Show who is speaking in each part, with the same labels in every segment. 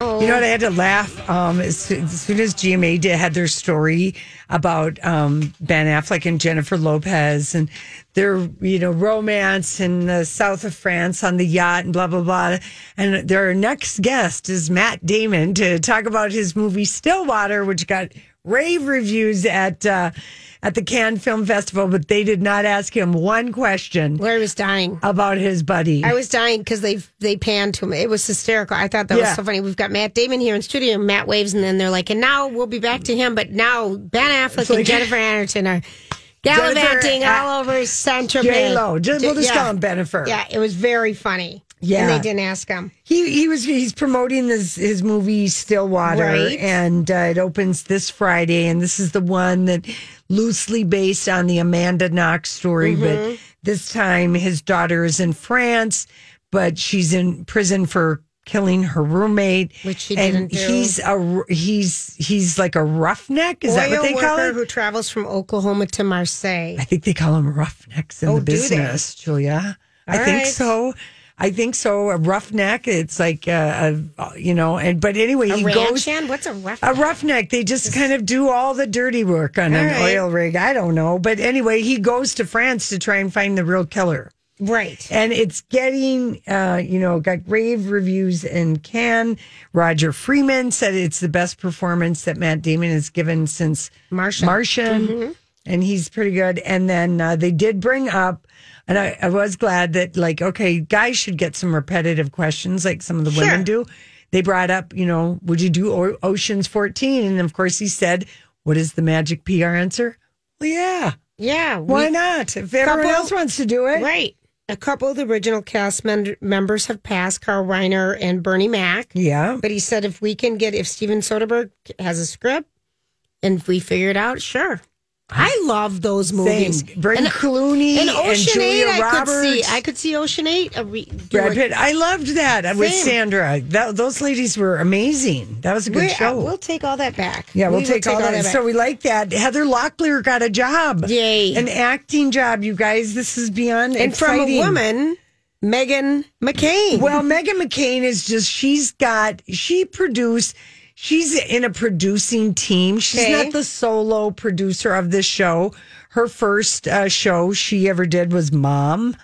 Speaker 1: You know what? I had to laugh um, as, as soon as GMA did, had their story about um, Ben Affleck and Jennifer Lopez and their you know romance in the south of France on the yacht and blah blah blah. And their next guest is Matt Damon to talk about his movie Stillwater, which got rave reviews at uh, at the Cannes Film Festival, but they did not ask him one question
Speaker 2: Where I was dying.
Speaker 1: about his buddy.
Speaker 2: I was dying because they they panned to him. It was hysterical. I thought that
Speaker 1: Yeah.
Speaker 2: was so funny. We've got Matt Damon here in studio. and Matt waves, and then they're like, and now we'll be back to him. But now Ben Affleck and
Speaker 1: like-
Speaker 2: Jennifer Aniston are gallivanting
Speaker 1: Jennifer,
Speaker 2: all over Central
Speaker 1: J
Speaker 2: Bay.
Speaker 1: Lo, just, we'll just
Speaker 2: yeah.
Speaker 1: call him Benifer.
Speaker 2: Yeah, it was very funny.
Speaker 1: Yeah.
Speaker 2: and they didn't ask him.
Speaker 1: He he was he's promoting this his movie Stillwater,
Speaker 2: Right.
Speaker 1: and uh, it opens this Friday, and this is the one that loosely based on the Amanda Knox story,
Speaker 2: Mm-hmm.
Speaker 1: but this time his daughter is in France, but she's in prison for killing her roommate,
Speaker 2: Which she
Speaker 1: and
Speaker 2: didn't do.
Speaker 1: he's a r- he's he's like a roughneck. Is that
Speaker 2: Oil
Speaker 1: what they
Speaker 2: worker
Speaker 1: call it?
Speaker 2: who travels from Oklahoma to Marseille.
Speaker 1: I think they call them roughnecks in
Speaker 2: Oh,
Speaker 1: the
Speaker 2: do they?
Speaker 1: business, Julia. I
Speaker 2: All
Speaker 1: think
Speaker 2: right.
Speaker 1: so. I think so. A roughneck. It's like uh, a you know. And but anyway,
Speaker 2: A
Speaker 1: he
Speaker 2: ranch
Speaker 1: goes
Speaker 2: hand? What's a rough?
Speaker 1: a roughneck. They just kind of do all the dirty work on an
Speaker 2: All right.
Speaker 1: oil rig. I don't know, but anyway, he goes to France to try and find the real killer.
Speaker 2: right.
Speaker 1: And it's getting, uh, you know, got rave reviews in Cannes. Roger Freeman said it's the best performance that Matt Damon has given since
Speaker 2: Martian. Mm-hmm.
Speaker 1: Martian. And he's pretty good. And then uh, they did bring up, and I, I was glad that, like, okay, guys should get some repetitive questions like some of the women do. They brought up, you know, would you do o- Ocean's 14? And of course, he said, what is the magic PR answer? Well, yeah.
Speaker 2: Yeah. we-
Speaker 1: Why not? If everyone
Speaker 2: Couple-
Speaker 1: else wants to do it.
Speaker 2: Right. A couple of the original cast men- members have passed, Carl Reiner and Bernie Mac.
Speaker 1: Yeah.
Speaker 2: But he said if we can get, if Steven Soderbergh has a script and if we figure it out, sure. I love those movies.
Speaker 1: Same. Bring Clooney and,
Speaker 2: And Ocean
Speaker 1: Julia
Speaker 2: 8, I
Speaker 1: Roberts.
Speaker 2: could see. I could see Ocean 8. A re- do
Speaker 1: Brad
Speaker 2: a-
Speaker 1: Pitt. I loved that with
Speaker 2: Same.
Speaker 1: Sandra. That, those ladies were amazing. That was a good
Speaker 2: We're-
Speaker 1: show.
Speaker 2: uh, We'll take all that back.
Speaker 1: yeah, we'll
Speaker 2: We will
Speaker 1: take, all, that.
Speaker 2: back.
Speaker 1: So we like that. Heather Locklear got a job.
Speaker 2: Yay.
Speaker 1: An acting job, you guys. This is beyond
Speaker 2: and from
Speaker 1: exciting.
Speaker 2: a woman, Megan McCain.
Speaker 1: Well, Megan McCain is just, she's got, she produced, she's in a producing team. She's
Speaker 2: Okay.
Speaker 1: not the solo producer of this show. Her first uh, show she ever did was Mom,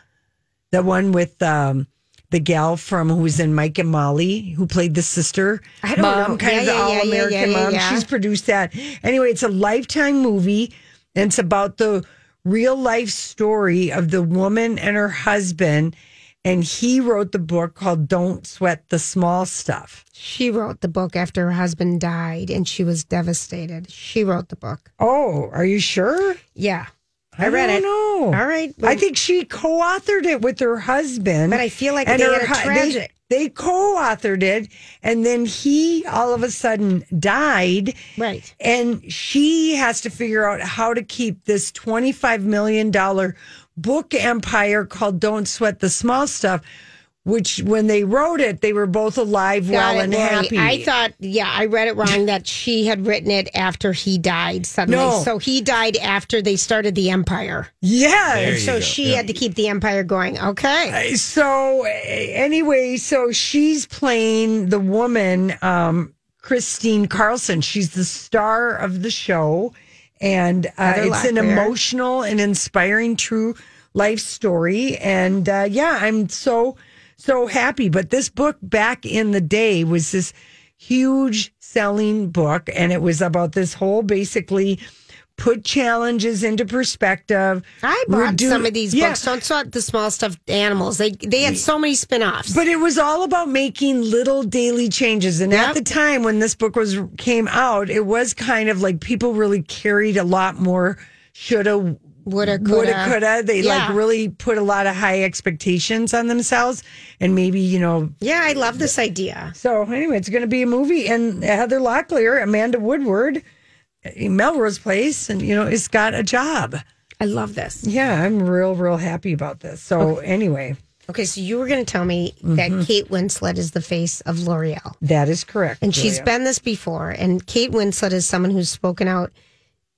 Speaker 1: the one with um, the gal from who was in Mike and Molly, who played the sister.
Speaker 2: I don't
Speaker 1: mom,
Speaker 2: know.
Speaker 1: kind
Speaker 2: Yeah,
Speaker 1: of
Speaker 2: yeah,
Speaker 1: all
Speaker 2: yeah, yeah,
Speaker 1: American
Speaker 2: yeah,
Speaker 1: mom.
Speaker 2: yeah.
Speaker 1: She's produced that. Anyway, it's a lifetime movie, and it's about the real life story of the woman and her husband. And he wrote the book called Don't Sweat the Small Stuff.
Speaker 2: she wrote the book after her husband died and she was devastated. She wrote the book.
Speaker 1: Oh, are you sure?
Speaker 2: Yeah. I, read
Speaker 1: don't
Speaker 2: it.
Speaker 1: Know.
Speaker 2: All right.
Speaker 1: Oh. I think she co-authored it with her husband.
Speaker 2: But I feel like
Speaker 1: and
Speaker 2: they
Speaker 1: her
Speaker 2: had a
Speaker 1: hu-
Speaker 2: tragic-
Speaker 1: They, they co-authored it, and then he all of a sudden died,
Speaker 2: Right.
Speaker 1: and she has to figure out how to keep this twenty-five million dollar book empire called "Don't Sweat the Small Stuff." Which, when they wrote it, they were both alive,
Speaker 2: Got
Speaker 1: well,
Speaker 2: it,
Speaker 1: and
Speaker 2: Lori.
Speaker 1: happy.
Speaker 2: I thought, yeah, I read it wrong that she had written it after he died suddenly.
Speaker 1: No.
Speaker 2: So he died after they started the empire.
Speaker 1: yes.
Speaker 2: So she had to keep the empire going. Okay.
Speaker 1: so a- anyway, so she's playing the woman, um, Christine Carlson. She's the star of the show, and uh,
Speaker 2: Heather
Speaker 1: it's an
Speaker 2: Locklear.
Speaker 1: emotional and inspiring true life story. And uh, yeah, I'm so so happy. But this book back in the day was this huge selling book, and it was about this whole basically put challenges into perspective.
Speaker 2: I bought
Speaker 1: redu-
Speaker 2: some of these
Speaker 1: Yeah.
Speaker 2: books. Don't sweat the small stuff. Animals. They they had so many spin-offs.
Speaker 1: But it was all about making little daily changes. And at
Speaker 2: Yep.
Speaker 1: the time when this book was came out, it was kind of like people really carried a lot more shoulda,
Speaker 2: Woulda, coulda.
Speaker 1: woulda, coulda. They
Speaker 2: Yeah.
Speaker 1: like really put a lot of high expectations on themselves, and maybe you know.
Speaker 2: yeah, I love this idea.
Speaker 1: So anyway, it's going to be a movie, and Heather Locklear, Amanda Woodward, Melrose Place, and you know, it's got a job.
Speaker 2: I love this.
Speaker 1: Yeah, I'm real, real happy about this. So anyway,
Speaker 2: Okay, so you were going to tell me that Kate Winslet is the face of L'Oreal.
Speaker 1: that is correct,
Speaker 2: And she's
Speaker 1: Julia.
Speaker 2: been this before. And Kate Winslet is someone who's spoken out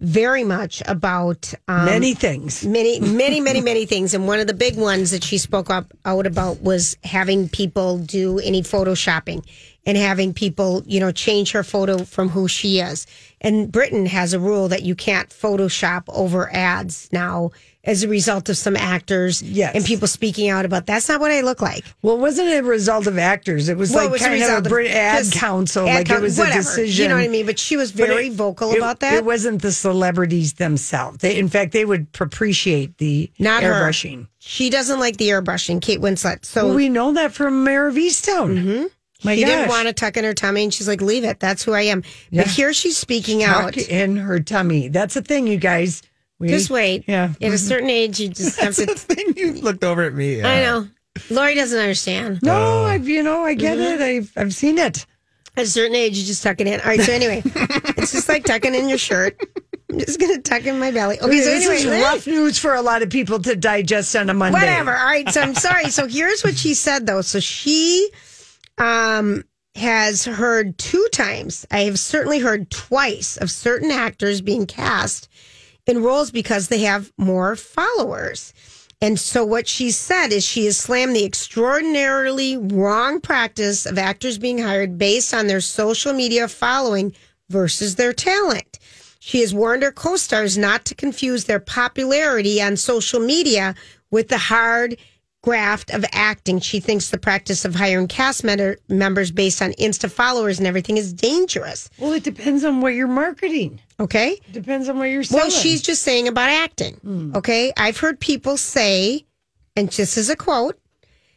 Speaker 2: very much about um,
Speaker 1: many things.
Speaker 2: many, many, many, many things. And one of the big ones that she spoke up out about was having people do any photoshopping and having people, you know, change her photo from who she is. And Britain has a rule that you can't Photoshop over ads now as a result of some actors
Speaker 1: Yes.
Speaker 2: and people speaking out about that's not what I look like.
Speaker 1: Well, it wasn't a result of actors. It was
Speaker 2: Well,
Speaker 1: like
Speaker 2: it was a
Speaker 1: kind
Speaker 2: result
Speaker 1: of a Brit ad
Speaker 2: just
Speaker 1: council.
Speaker 2: ad
Speaker 1: like
Speaker 2: coun-
Speaker 1: it was
Speaker 2: whatever.
Speaker 1: a decision.
Speaker 2: You know what I mean? But she was
Speaker 1: But
Speaker 2: very
Speaker 1: it-
Speaker 2: vocal
Speaker 1: it-
Speaker 2: about that.
Speaker 1: It wasn't the celebrities themselves. They, in fact, they would appreciate the
Speaker 2: Not her.
Speaker 1: airbrushing.
Speaker 2: she doesn't like the airbrushing, Kate Winslet. So
Speaker 1: Well, we know that from Mayor of Easttown. My
Speaker 2: she
Speaker 1: gosh.
Speaker 2: Mm-hmm. didn't want to tuck in her tummy, and she's like, "Leave it. That's who I am."
Speaker 1: Yeah.
Speaker 2: But here she's speaking
Speaker 1: Tuck
Speaker 2: out.
Speaker 1: in her tummy. That's a thing, you guys. We,
Speaker 2: Just wait.
Speaker 1: Yeah.
Speaker 2: At a certain age, you just have to.
Speaker 3: Then you looked over at me.
Speaker 2: I know. Lori doesn't understand.
Speaker 1: No, I've you know I get
Speaker 2: Mm-hmm.
Speaker 1: it. I've I've seen it.
Speaker 2: At a certain age, you just tuck it in. All right. So anyway, it's just like tucking in your shirt. I'm just gonna tuck in my belly. Okay. So
Speaker 1: this
Speaker 2: anyway,
Speaker 1: is rough news for a lot of people to digest on a Monday.
Speaker 2: whatever. All right. So I'm sorry. So here's what she said though. So she um has heard two times. I have certainly heard twice of certain actors being cast in roles because they have more followers. And so what she said is she has slammed the extraordinarily wrong practice of actors being hired based on their social media following versus their talent. She has warned her co-stars not to confuse their popularity on social media with the hard graft of acting. She thinks the practice of hiring cast member- members based on Insta followers and everything is dangerous.
Speaker 1: Well, it depends on what you're marketing.
Speaker 2: Okay?
Speaker 1: Depends on what you're selling.
Speaker 2: Well, she's just saying about acting.
Speaker 1: Hmm.
Speaker 2: Okay. I've heard people say, and this is a quote,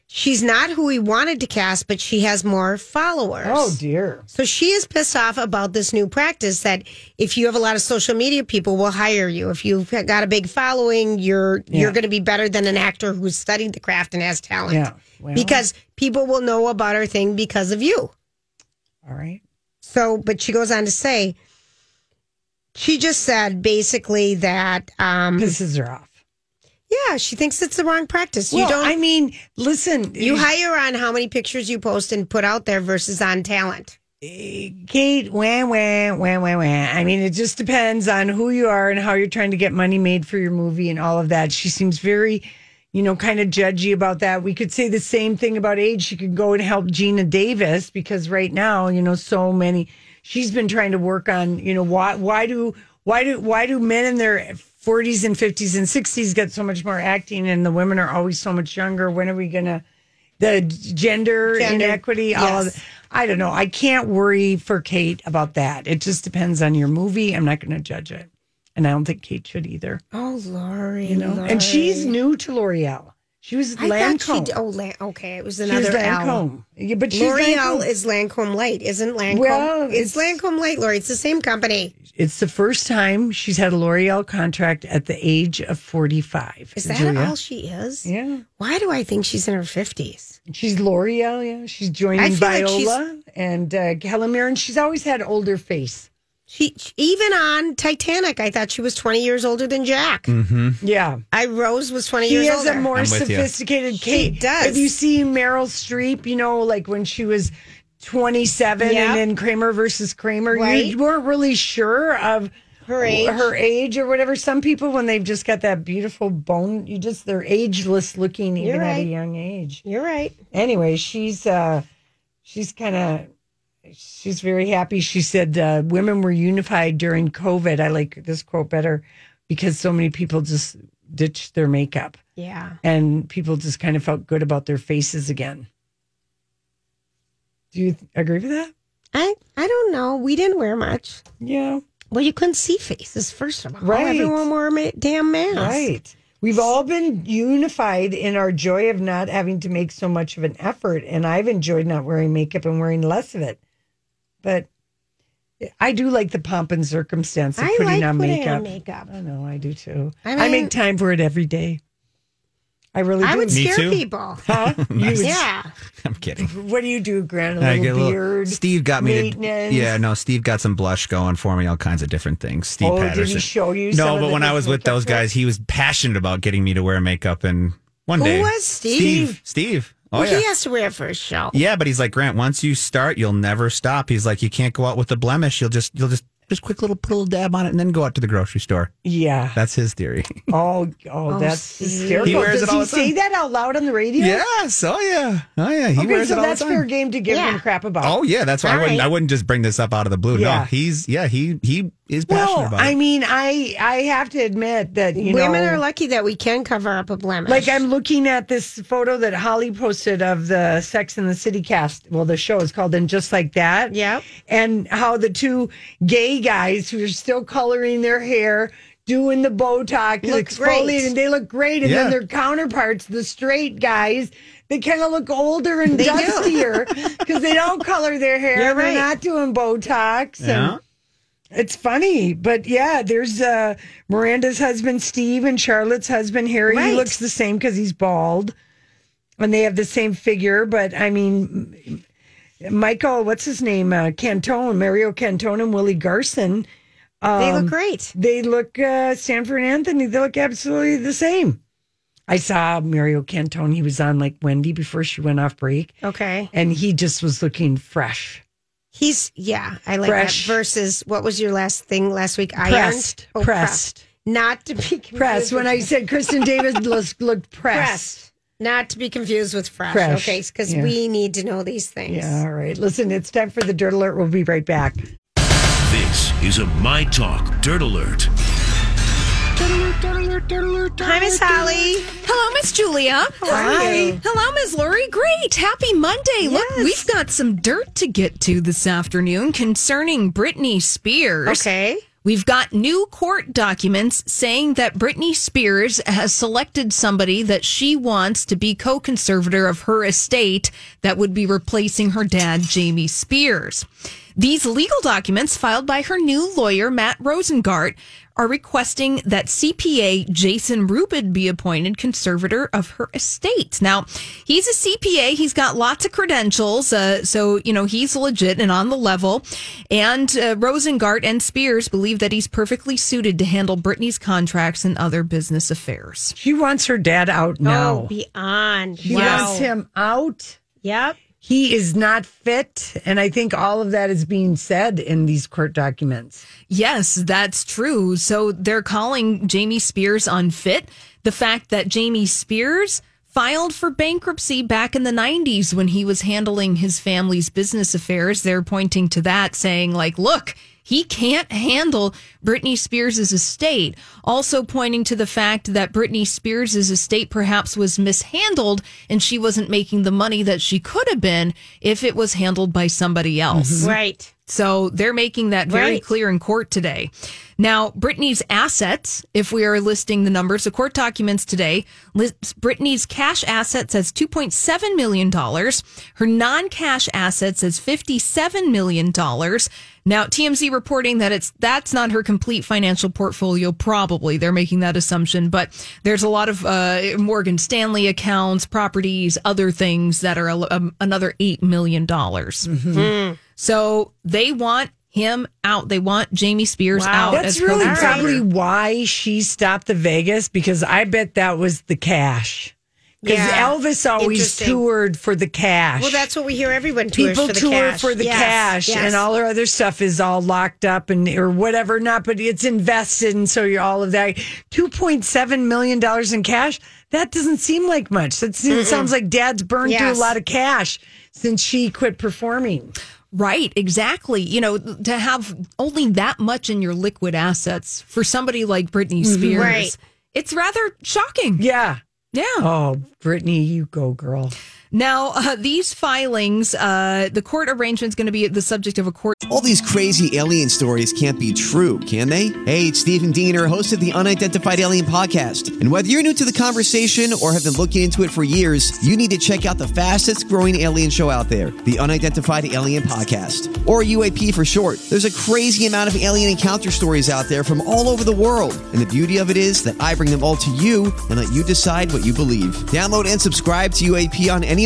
Speaker 2: she's not who we wanted to cast, but she has more followers.
Speaker 1: oh dear.
Speaker 2: So she is pissed off about this new practice that if you have a lot of social media, people will hire you. If you've got a big following, you're you're going to be better than an actor who's studied the craft and has talent.
Speaker 1: Yeah. Well.
Speaker 2: because people will know about our thing because of you.
Speaker 1: All right.
Speaker 2: So, but she goes on to say, she just said basically that, um,
Speaker 1: Pisses her off.
Speaker 2: yeah, she thinks it's the wrong practice.
Speaker 1: Well,
Speaker 2: you don't,
Speaker 1: I mean, listen,
Speaker 2: you hire on how many pictures you post and put out there versus on talent.
Speaker 1: Kate, wah, wah, wah, wah, wah. I mean, it just depends on who you are and how you're trying to get money made for your movie and all of that. She seems very, you know, kind of judgy about that. We could say the same thing about age. She could go and help Gina Davis because right now, you know, so many, she's been trying to work on, you know, why, why do, why do, why do men in their 40s and 50s and 60s get so much more acting and the women are always so much younger? When are we going to? the gender,
Speaker 2: Gender,
Speaker 1: inequity, all of
Speaker 2: yes.
Speaker 1: I don't know. I can't worry for Kate about that. It just depends on your movie. I'm not going to judge it. And I don't think Kate should either.
Speaker 2: Oh, Lori,
Speaker 1: You know? And she's new to L'Oreal. She was
Speaker 2: I
Speaker 1: Lancome.
Speaker 2: thought she, oh, Lan- okay, it was
Speaker 1: she was
Speaker 2: another L.
Speaker 1: Lancome. Yeah, but she's
Speaker 2: L'Oreal
Speaker 1: Lancome.
Speaker 2: is Lancome Light, isn't Lancome?
Speaker 1: Well,
Speaker 2: it's, Lancome Light, Lori. It's the same company.
Speaker 1: It's the first time she's had a L'Oreal contract at the age of 45.
Speaker 2: Is that
Speaker 1: Julia.
Speaker 2: all she is?
Speaker 1: Yeah.
Speaker 2: Why do I think she's in her fifties?
Speaker 1: She's L'Oreal. Yeah. She's
Speaker 2: I
Speaker 1: joining
Speaker 2: feel like she's-
Speaker 1: Viola and uh, Helen Mirren. She's always had older face.
Speaker 2: She she- even on Titanic, I thought she was twenty years older than Jack.
Speaker 1: Yeah.
Speaker 2: I Rose was twenty
Speaker 1: He
Speaker 2: years
Speaker 1: Hmm. has
Speaker 2: older.
Speaker 1: a more
Speaker 3: I'm with you.
Speaker 1: sophisticated
Speaker 2: She
Speaker 1: Kate.
Speaker 2: does.
Speaker 1: If you see Meryl Streep, you know, like when she was 27
Speaker 2: Yep.
Speaker 1: and in Kramer versus Kramer,
Speaker 2: Right.
Speaker 1: you weren't really sure of
Speaker 2: Her age.
Speaker 1: her age or whatever. Some people, when they've just got that beautiful bone, you just, they're ageless looking even
Speaker 2: You're
Speaker 1: at a
Speaker 2: right.
Speaker 1: young age.
Speaker 2: You're right.
Speaker 1: Anyway, she's, uh, she's kind of, she's very happy. She said, uh, women were unified during COVID. I like this quote better because so many people just ditched their makeup
Speaker 2: Yeah.
Speaker 1: and people just kind of felt good about their faces again. Do you th- agree with that?
Speaker 2: I I don't know. We didn't wear much.
Speaker 1: Yeah.
Speaker 2: Well, you couldn't see faces, first of all.
Speaker 1: Right.
Speaker 2: Everyone wore ma- damn masks.
Speaker 1: Right. We've all been unified in our joy of not having to make so much of an effort. And I've enjoyed not wearing makeup and wearing less of it. But I do like the pomp and circumstance of
Speaker 2: I
Speaker 1: putting
Speaker 2: like
Speaker 1: on
Speaker 2: putting
Speaker 1: makeup.
Speaker 2: on makeup.
Speaker 1: I know, I do too. I,
Speaker 2: I mean-
Speaker 1: make time for it every day. I really do.
Speaker 2: I would
Speaker 3: Me
Speaker 2: scare
Speaker 3: too.
Speaker 2: people.
Speaker 1: Huh? You would-
Speaker 2: Yeah.
Speaker 3: I'm kidding.
Speaker 1: What do you do, Grant? A
Speaker 3: I
Speaker 1: little
Speaker 3: get a little-
Speaker 1: beard.
Speaker 3: Steve got me to.
Speaker 1: maintenance?
Speaker 3: Yeah, no, Steve got some blush going for me, all kinds of different things. Steve
Speaker 1: Oh, did he
Speaker 3: Patterson.
Speaker 1: show you some
Speaker 3: No,
Speaker 1: of
Speaker 3: but
Speaker 1: the
Speaker 3: when I
Speaker 1: things
Speaker 3: was with
Speaker 1: makeup
Speaker 3: those guys, he was passionate about getting me to wear makeup. And one
Speaker 2: Who
Speaker 3: day.
Speaker 2: was Steve?
Speaker 3: Steve. Steve. Oh,
Speaker 2: well,
Speaker 3: yeah.
Speaker 2: he has to wear it for his show.
Speaker 3: Yeah, but he's like Grant. Once you start, you'll never stop. He's like, you can't go out with a blemish. You'll just, you'll just, just quick little put a little dab on it, and then go out to the grocery store.
Speaker 1: Yeah.
Speaker 3: That's his theory.
Speaker 1: Oh, oh, that's
Speaker 2: Steve.
Speaker 1: hysterical.
Speaker 3: He wears
Speaker 1: Does
Speaker 3: it all
Speaker 1: he
Speaker 3: the time.
Speaker 1: say that out loud on the radio?
Speaker 3: yes. Oh yeah. Oh yeah. He
Speaker 1: Okay,
Speaker 3: wears
Speaker 1: so
Speaker 3: it all
Speaker 1: that's
Speaker 3: the time.
Speaker 1: fair game to give
Speaker 2: Yeah.
Speaker 1: him crap about.
Speaker 3: Oh yeah. That's why I
Speaker 2: All
Speaker 3: wouldn't.
Speaker 2: right.
Speaker 3: I wouldn't just bring this up out of the blue. No,
Speaker 1: Yeah.
Speaker 3: he's yeah. He he is passionate
Speaker 1: Well,
Speaker 3: about
Speaker 1: I
Speaker 3: it.
Speaker 1: mean, I I have to admit that you
Speaker 2: Women
Speaker 1: know,
Speaker 2: are lucky that we can cover up a blemish.
Speaker 1: like I'm looking at this photo that Holly posted of the Sex and the City cast. Well, the show is called "And Just Like That."
Speaker 2: Yep.
Speaker 1: and how the two gay guys who are still coloring their hair. Doing the Botox,
Speaker 2: Look
Speaker 1: exfoliating,
Speaker 2: great.
Speaker 1: and they look great. And
Speaker 3: Yeah.
Speaker 1: then their counterparts, the straight guys, they kind of look older and
Speaker 2: do.
Speaker 1: dustier because they don't color their hair.
Speaker 2: You're
Speaker 1: They're
Speaker 2: right.
Speaker 1: not doing Botox. and-
Speaker 3: yeah.
Speaker 1: it's funny, but yeah, there's uh, Miranda's husband Steve and Charlotte's husband Harry.
Speaker 2: Right.
Speaker 1: He looks the same because he's bald, and they have the same figure. But I mean, M- Michael, what's his name? Uh, Cantone, Mario Cantone, and Willie Garson.
Speaker 2: they
Speaker 1: um,
Speaker 2: look great.
Speaker 1: They look uh, Sanford and Anthony. They look absolutely the same. I saw Mario Cantone. He was on like Wendy before she went off break,
Speaker 2: Okay.
Speaker 1: and he just was looking fresh.
Speaker 2: He's yeah, I like
Speaker 1: Fresh.
Speaker 2: that. Versus what was your last thing last week? Ironed?
Speaker 1: Pressed,
Speaker 2: Oh,
Speaker 1: pressed,
Speaker 2: Not to be confused
Speaker 1: pressed.
Speaker 2: with
Speaker 1: When I said Kristen Davis looked, looked pressed.
Speaker 2: pressed. Not to be confused with fresh.
Speaker 1: Fresh,
Speaker 2: Okay, because
Speaker 1: yeah.
Speaker 2: we need to know these things.
Speaker 1: Yeah, all right. Listen, it's time for the dirt alert. We'll be right back.
Speaker 4: This is a My Talk Dirt Alert.
Speaker 2: Hi, Miss Holly.
Speaker 5: Hello, Miss Julia.
Speaker 2: Hi.
Speaker 5: Hello, Miss Lori. Great. Happy Monday.
Speaker 2: Yes.
Speaker 5: Look, we've got some dirt to get to this afternoon concerning Britney Spears.
Speaker 2: Okay.
Speaker 5: We've got new court documents saying that Britney Spears has selected somebody that she wants to be co conservator of her estate that would be replacing her dad, Jamie Spears. These legal documents filed by her new lawyer, Matt Rosengart, are requesting that CPA Jason Rubin be appointed conservator of her estate. Now, he's a CPA. He's got lots of credentials. Uh, so, you know, he's legit and on the level. And uh, Rosengart and Spears believe that he's perfectly suited to handle Britney's contracts and other business affairs.
Speaker 1: She wants her dad out
Speaker 2: Oh,
Speaker 1: now.
Speaker 2: beyond.
Speaker 1: she wants him out.
Speaker 2: Yep.
Speaker 1: He is not fit. And I think all of that is being said in these court documents.
Speaker 5: Yes, that's true. So they're calling Jamie Spears unfit. The fact that Jamie Spears filed for bankruptcy back in the 90s when he was handling his family's business affairs, they're pointing to that, saying, like, look, he can't handle Britney Spears' estate. Also pointing to the fact that Britney Spears' estate perhaps was mishandled and she wasn't making the money that she could have been if it was handled by somebody else.
Speaker 2: Right.
Speaker 5: So they're making that very
Speaker 2: Right.
Speaker 5: clear in court today. Now, Britney's assets, if we are listing the numbers, the court documents today lists Britney's cash assets as $2.7 million, her non cash assets as $57 million. Now, TMZ reporting that it's that's not her complete financial portfolio, probably. They're making that assumption, but there's a lot of uh, Morgan Stanley accounts, properties, other things that are a, um, another $8 million. So they want him out. They want Jamie Spears out.
Speaker 1: Oh, That's
Speaker 5: as
Speaker 1: really
Speaker 5: co-conservator.
Speaker 1: probably why she stopped the Vegas because I bet that was the cash. Because
Speaker 2: Yeah.
Speaker 1: Elvis always
Speaker 2: Interesting.
Speaker 1: toured for the cash.
Speaker 2: Well, that's what we hear everyone tours
Speaker 1: people
Speaker 2: for the
Speaker 1: tour
Speaker 2: cash.
Speaker 1: for the
Speaker 2: Yes,
Speaker 1: cash
Speaker 2: yes.
Speaker 1: and all her other stuff is all locked up and or whatever not but it's invested and so you're all of that 2.7 million dollars in cash that doesn't seem like much that seems, sounds like dad's burned through
Speaker 2: Yes.
Speaker 1: a lot of cash since she quit performing
Speaker 5: Right, exactly. You know, to have only that much in your liquid assets for somebody like Britney
Speaker 1: Mm-hmm.
Speaker 5: Spears,
Speaker 2: Right.
Speaker 5: it's rather shocking.
Speaker 1: yeah
Speaker 5: Yeah.
Speaker 1: oh brittany you go girl
Speaker 5: Now, uh, these filings, uh, the court arrangement is going to be the subject of a court.
Speaker 6: All these crazy alien stories can't be true, can they? Hey, it's Stephen Diener, host of the Unidentified Alien Podcast. And whether you're new to the conversation or have been looking into it for years, you need to check out the fastest growing alien show out there, the Unidentified Alien Podcast, or UAP for short. There's a crazy amount of alien encounter stories out there from all over the world. And the beauty of it is that I bring them all to you and let you decide what you believe. Download and subscribe to UAP on any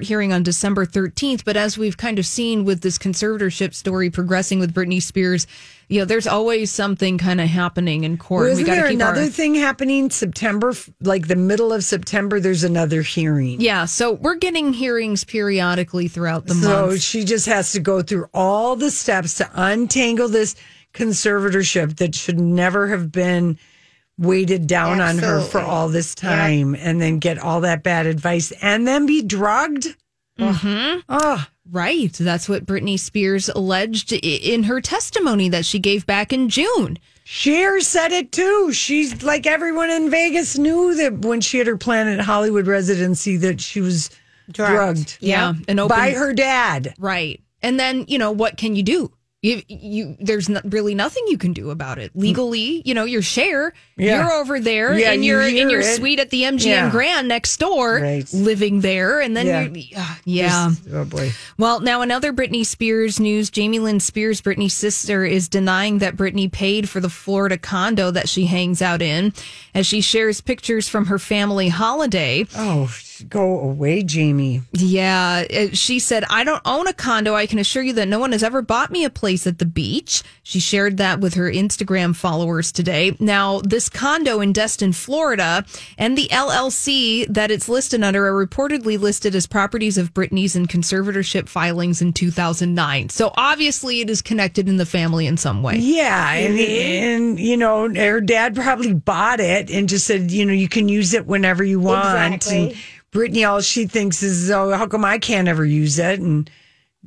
Speaker 5: hearing on December 13th. But as we've kind of seen with this conservatorship story progressing with Britney Spears, you know, there's always something kind of happening in court.
Speaker 1: Well, isn't
Speaker 5: gotta
Speaker 1: there another
Speaker 5: our-
Speaker 1: thing happening September, f- like the middle of September? There's another hearing.
Speaker 5: Yeah, so we're getting hearings periodically throughout the
Speaker 1: so
Speaker 5: month.
Speaker 1: she just has to go through all the steps to untangle this conservatorship that should never have been weighted down on her for
Speaker 2: Absolutely.
Speaker 1: all this
Speaker 2: Yeah.
Speaker 1: time and then get all that bad advice and then be drugged.
Speaker 2: Mm-hmm.
Speaker 5: Mhm.
Speaker 1: Oh,
Speaker 5: Right. That's what Britney Spears alleged i- in her testimony that she gave back in June.
Speaker 1: Cher said it too. She's like everyone in Vegas knew that when she had her Planet Hollywood residency that she was drugged,
Speaker 5: Yeah. And open,
Speaker 1: by her dad.
Speaker 5: Right. And then, you know, what can you do? You, you there's no, really nothing you can do about it legally. You know, your share,
Speaker 1: Yeah.
Speaker 5: you're over there
Speaker 1: Yeah,
Speaker 5: in
Speaker 1: you
Speaker 5: your in
Speaker 1: hear
Speaker 5: your
Speaker 1: it.
Speaker 5: suite at the MGM
Speaker 1: Yeah.
Speaker 5: Grand next door,
Speaker 1: Right.
Speaker 5: living there, and then
Speaker 1: Yeah.
Speaker 5: you uh, yeah.
Speaker 1: Oh boy.
Speaker 5: Well, now another Britney Spears news. Jamie Lynn Spears, Britney's sister, is denying that Britney paid for the Florida condo that she hangs out in as she shares pictures from her family holiday.
Speaker 1: Oh, go away, Jamie.
Speaker 5: Yeah, it- she said, I don't own a condo. I can assure you that no one has ever bought me a place at the beach. She shared that with her Instagram followers today. Now, this condo in Destin, Florida, and the LLC that it's listed under are reportedly listed as properties of Britney's in conservatorship filings in 2009. So obviously, it is connected in the family in some way.
Speaker 1: Yeah, and, and you know, her dad probably bought it and just said, you know, you can use it whenever you want. And
Speaker 2: Exactly.
Speaker 1: Brittany, all she thinks is, oh, how come I can't ever use it? And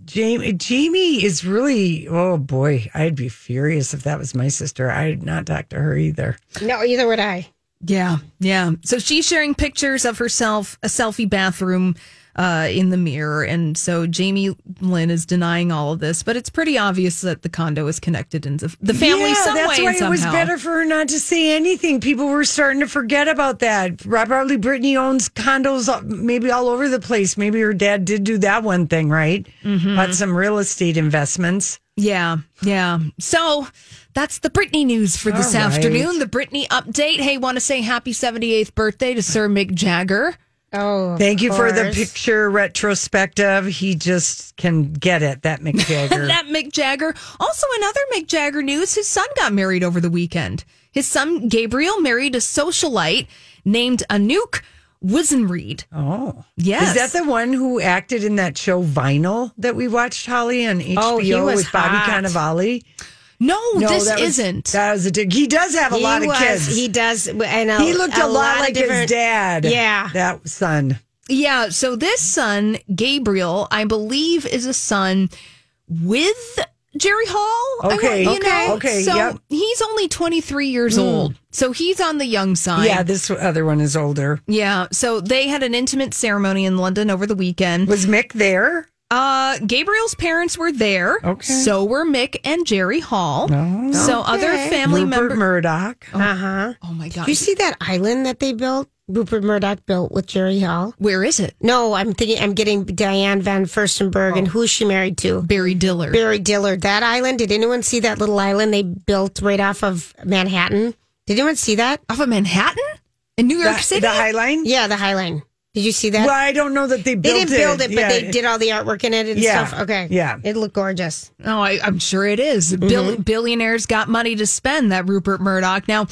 Speaker 1: Jamie, Jamie is really, oh boy, I'd be furious if that was my sister. I'd not talk to her either.
Speaker 2: No, either would I.
Speaker 5: Yeah, yeah. So she's sharing pictures of herself, a selfie bathroom uh, in the mirror. And so Jamie Lynn is denying all of this, but it's pretty obvious that the condo is connected in the, the family
Speaker 1: yeah,
Speaker 5: some
Speaker 1: that's
Speaker 5: way.
Speaker 1: why
Speaker 5: and
Speaker 1: it was
Speaker 5: somehow.
Speaker 1: better for her not to say anything. People were starting to forget about that. Robert Lee Brittany owns condos uh, maybe all over the place. Maybe her dad did do that one thing, right? Bought some real estate investments.
Speaker 5: Yeah, yeah. So that's the Britney news for this
Speaker 1: All right.
Speaker 5: afternoon. The Britney update. Hey, want to say happy 78th birthday to Sir Mick Jagger.
Speaker 2: Oh, of
Speaker 1: Thank you for the
Speaker 2: course.
Speaker 1: picture retrospective. He just can get it, that Mick Jagger.
Speaker 5: That Mick Jagger. Also, another Mick Jagger news his son got married over the weekend. His son, Gabriel, married a socialite named Anouk Wizenreed.
Speaker 1: oh.
Speaker 5: Yes.
Speaker 1: Is that the one who acted in that show Vinyl that we watched, Holly, on HBO
Speaker 2: Oh, he was
Speaker 1: with Bobby
Speaker 2: hot.
Speaker 1: Cannavale?
Speaker 5: no, Oh, this
Speaker 1: that was-
Speaker 5: isn't.
Speaker 1: That was a dig. He does have a lot of
Speaker 2: was,
Speaker 1: kids.
Speaker 2: He does. And a,
Speaker 1: he looked a, lot,
Speaker 2: of
Speaker 1: like his
Speaker 2: different-
Speaker 1: dad.
Speaker 2: Yeah.
Speaker 1: That son.
Speaker 5: yeah. So this son, Gabriel, I believe is a son with Jerry Hall. I
Speaker 1: Okay,
Speaker 5: want- you
Speaker 1: okay,
Speaker 5: know?
Speaker 1: okay,
Speaker 5: So
Speaker 1: yep. Hmm.
Speaker 5: he's only 23 years old. So he's on the young side.
Speaker 1: Yeah, this other one is older.
Speaker 5: Yeah. So they had an intimate ceremony in London over the weekend.
Speaker 1: Was Mick there?
Speaker 5: Uh, Gabriel's parents were there.
Speaker 1: Okay.
Speaker 5: So were Mick and Jerry Hall.
Speaker 2: Mm-hmm.
Speaker 5: So other family
Speaker 1: Oh. Rupert
Speaker 5: members.
Speaker 1: Murdoch.
Speaker 2: Uh huh.
Speaker 5: oh my
Speaker 2: You
Speaker 5: gosh.
Speaker 2: see that island that they built? Rupert Murdoch built with Jerry Hall.
Speaker 5: Where is it?
Speaker 2: No, I'm thinking I'm getting Diane van Furstenberg and who's she married to?
Speaker 5: Barry Diller.
Speaker 2: Barry Dillard. That island. Did anyone see that little island they built right off of Manhattan? Did anyone see that?
Speaker 5: Off of Manhattan? In New York
Speaker 1: The,
Speaker 5: City?
Speaker 1: the High Line?
Speaker 2: Yeah, the Highline. Did you see that?
Speaker 1: Well, I don't know that they built
Speaker 2: They didn't build it, but
Speaker 1: Yeah.
Speaker 2: they did all the artwork in it and
Speaker 1: Yeah.
Speaker 2: stuff. Okay.
Speaker 1: Yeah.
Speaker 2: It looked gorgeous.
Speaker 5: Oh, I, I'm sure it is. Bill, billionaires got money to spend. That Rupert Murdoch. Now,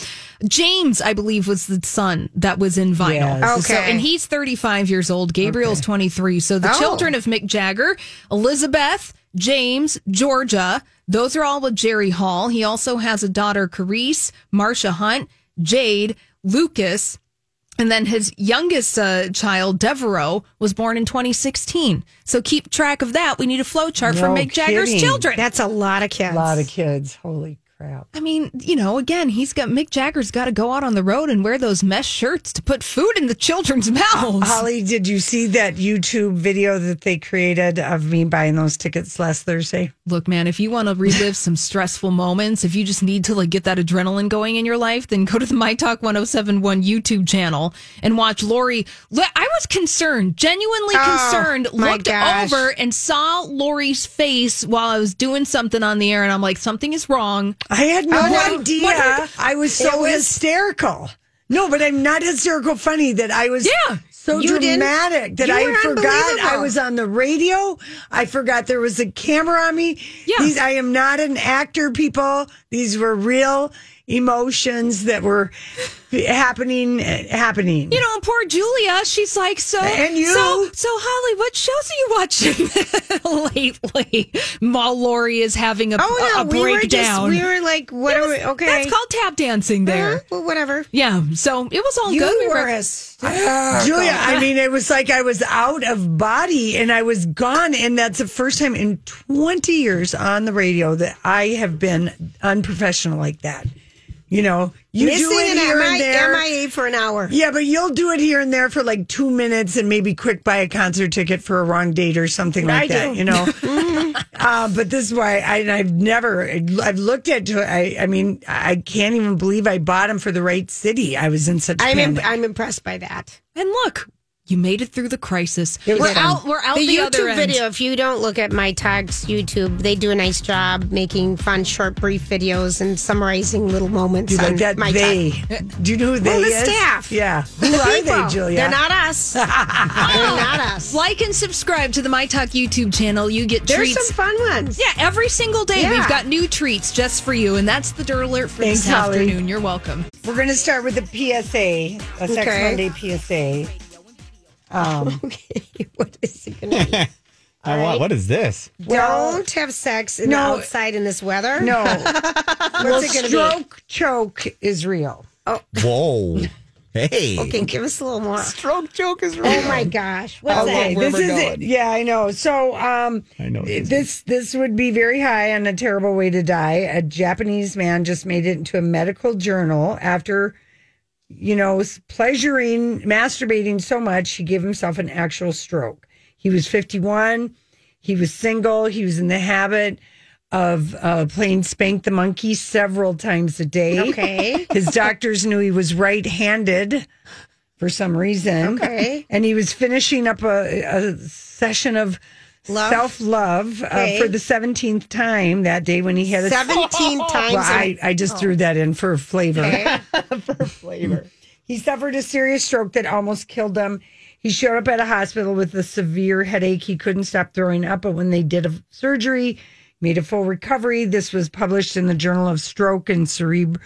Speaker 5: James, I believe, was the son that was in vinyl.
Speaker 2: Yes.
Speaker 5: So-
Speaker 2: Okay.
Speaker 5: and he's 35 years old. Gabriel's 23. So the
Speaker 2: Oh.
Speaker 5: children of Mick Jagger, Elizabeth, James, Georgia. Those are all with Jerry Hall. He also has a daughter, Carice, Marcia Hunt, Jade, Lucas, and then his youngest uh, child, Devereaux, was born in 2016. So keep track of that. We need a flow chart for
Speaker 1: No
Speaker 5: Mick Jagger's
Speaker 1: kidding.
Speaker 5: children.
Speaker 2: That's a lot of kids.
Speaker 1: A lot of kids. Holy crap.
Speaker 5: I mean, you know, again, he's got Mick Jagger's got to go out on the road and wear those mesh shirts to put food in the children's mouths.
Speaker 1: Holly, did you see that YouTube video that they created of me buying those tickets last Thursday?
Speaker 5: Look, man, if you want to relive some stressful moments, if you just need to like get that adrenaline going in your life, then go to the My Talk 1071 YouTube channel and watch Lori. Le- I was concerned, genuinely
Speaker 2: Oh,
Speaker 5: concerned,
Speaker 2: my
Speaker 5: looked
Speaker 2: gosh.
Speaker 5: over and saw Lori's face while I was doing something on the air and I'm like, something is wrong.
Speaker 1: I had no
Speaker 2: I wondered-
Speaker 1: idea.
Speaker 2: wondered-
Speaker 1: I was so
Speaker 2: It was-
Speaker 1: hysterical. No, but I'm not hysterical funny that I was
Speaker 5: Yeah.
Speaker 1: so
Speaker 2: You didn't-
Speaker 1: dramatic that
Speaker 2: You
Speaker 1: I
Speaker 2: were
Speaker 1: forgot I
Speaker 2: unbelievable.
Speaker 1: was on the radio. I forgot there was a camera on me.
Speaker 5: Yeah.
Speaker 1: These I am not an actor, people. These were real emotions that were happening happening.
Speaker 5: You know, and poor Julia, she's like, so,
Speaker 1: And you.
Speaker 5: so, so, Holly, what shows are you watching lately? While Lori is having a,
Speaker 2: Oh,
Speaker 5: a,
Speaker 2: no.
Speaker 5: a
Speaker 2: we were just,
Speaker 5: breakdown.
Speaker 2: we were like, what
Speaker 5: It
Speaker 2: are
Speaker 5: was-
Speaker 2: we? Okay.
Speaker 5: That's called tap dancing there.
Speaker 2: Uh-huh. Well, whatever.
Speaker 5: Yeah, so it was all
Speaker 2: You
Speaker 5: good. We
Speaker 2: Oh, were
Speaker 5: were-
Speaker 2: hysterical.
Speaker 1: Julia, I mean, it was like I was out of body and I was gone. And that's the first time in 20 years on the radio that I have been unprofessional like that. You know, you
Speaker 2: Missing
Speaker 1: do it
Speaker 2: an
Speaker 1: here
Speaker 2: MI,
Speaker 1: and there.
Speaker 2: MIA for an hour.
Speaker 1: yeah, but you'll do it here and there for like two minutes and maybe quick buy a concert ticket for a wrong date or something like
Speaker 2: I
Speaker 1: that,
Speaker 2: do. Mm-hmm.
Speaker 1: you know? uh, but this is why I, and I've never, I've looked at, I, I mean, I can't even believe I bought them for the right city. I was in such
Speaker 2: I'm,
Speaker 1: panic.
Speaker 2: im- I'm impressed by that.
Speaker 5: and look, you made it through the crisis.
Speaker 1: It was
Speaker 5: We're
Speaker 1: fun.
Speaker 5: out. We're out
Speaker 2: the,
Speaker 5: the,
Speaker 2: YouTube
Speaker 5: other end.
Speaker 2: video. If you don't look at my tags YouTube, they do a nice job making fun, short, brief videos and summarizing little moments.
Speaker 1: Do you
Speaker 2: on
Speaker 1: like that
Speaker 2: my
Speaker 1: they?
Speaker 2: Tag.
Speaker 1: Do you know who they
Speaker 2: the
Speaker 1: is?
Speaker 2: staff.
Speaker 1: Yeah. Who
Speaker 2: The
Speaker 1: are
Speaker 2: people.
Speaker 1: they, Julia?
Speaker 2: They're not us. They're not us.
Speaker 5: Like and subscribe to the My Talk YouTube channel. You get
Speaker 2: There's
Speaker 5: treats.
Speaker 2: some fun ones.
Speaker 5: yeah, every single day
Speaker 2: Yeah.
Speaker 5: we've got new treats just for you, and that's the dirt alert for
Speaker 1: Thanks,
Speaker 5: this
Speaker 1: Holly.
Speaker 5: afternoon. You're welcome.
Speaker 1: We're going to start with the PSA, a Sex
Speaker 2: Okay.
Speaker 1: Monday PSA. Um,
Speaker 2: Okay. what is it gonna be?
Speaker 3: I want, what is this?
Speaker 1: Well-
Speaker 2: don't have sex in
Speaker 1: No.
Speaker 2: the outside in this weather.
Speaker 1: No. well,
Speaker 2: it gonna be?
Speaker 1: stroke choke is real.
Speaker 3: Whoa. Hey.
Speaker 2: Okay, give us a little more.
Speaker 3: Stroke joke is
Speaker 2: Oh my gosh. What's
Speaker 1: Okay,
Speaker 2: that?
Speaker 1: this is it. Yeah, I know. So, um,
Speaker 3: I know this
Speaker 1: this this would be very high on a terrible way to die. A Japanese man just made it into a medical journal after, you know, s- pleasuring masturbating so much he gave himself an actual stroke. He was fifty one. He was single. He was in the habit of uh, playing spank the monkey several times a day.
Speaker 2: Okay.
Speaker 1: His doctors knew he was right handed for some reason.
Speaker 2: Okay.
Speaker 1: And he was finishing up a, a session of
Speaker 2: Love?
Speaker 1: self love
Speaker 2: Okay.
Speaker 1: uh, for the 17th time that day when he had a.
Speaker 2: 17 times.
Speaker 1: Well, I,
Speaker 2: in-
Speaker 1: I just threw that in for flavor.
Speaker 2: Okay.
Speaker 1: He suffered a serious stroke that almost killed him. He showed up at a hospital with a severe headache. He couldn't stop throwing up, but when they did a surgery, made a full recovery. This was published in the Journal of Stroke and Cereb-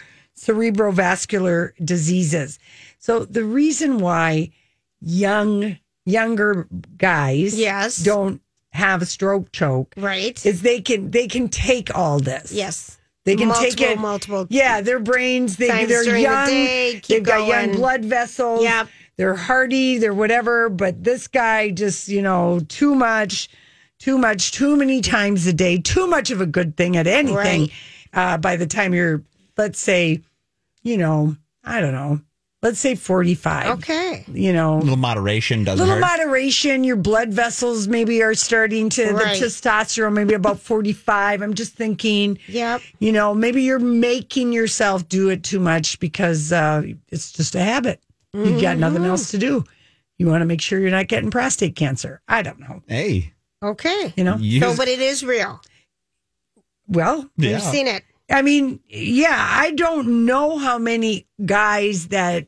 Speaker 1: Cerebrovascular Diseases. So the reason why young younger guys
Speaker 2: Yes.
Speaker 1: don't have a stroke choke
Speaker 2: right?
Speaker 1: is they can they can take all this.
Speaker 2: yes.
Speaker 1: They can
Speaker 2: multiple,
Speaker 1: take it.
Speaker 2: Multiple.
Speaker 1: Yeah, their brains. They
Speaker 2: Times
Speaker 1: they're
Speaker 2: during the
Speaker 1: young.
Speaker 2: day, keep
Speaker 1: they've got
Speaker 2: going.
Speaker 1: young blood vessels.
Speaker 2: Yep.
Speaker 1: They're hardy. They're whatever. But this guy just you know too much, too much, too many times a day. Too much of a good thing at anything.
Speaker 2: Right.
Speaker 1: Uh, by the time you're, let's say, you know, I don't know. Let's say forty-five.
Speaker 2: Okay.
Speaker 1: You know,
Speaker 3: A little moderation doesn't
Speaker 1: little
Speaker 3: hurt.
Speaker 1: moderation. Your blood vessels maybe are starting to
Speaker 2: Right.
Speaker 1: the testosterone maybe about forty five. I'm just thinking.
Speaker 2: Yep.
Speaker 1: You know, maybe you're making yourself do it too much because uh, it's just a habit. You've got nothing else to do. You want to make sure you're not getting prostate cancer. I don't know.
Speaker 3: hey.
Speaker 2: Okay.
Speaker 1: You know.
Speaker 3: You,
Speaker 2: No, but it is real.
Speaker 1: Well,
Speaker 2: we
Speaker 3: yeah.
Speaker 2: have seen it.
Speaker 1: I mean, yeah, I don't know how many guys that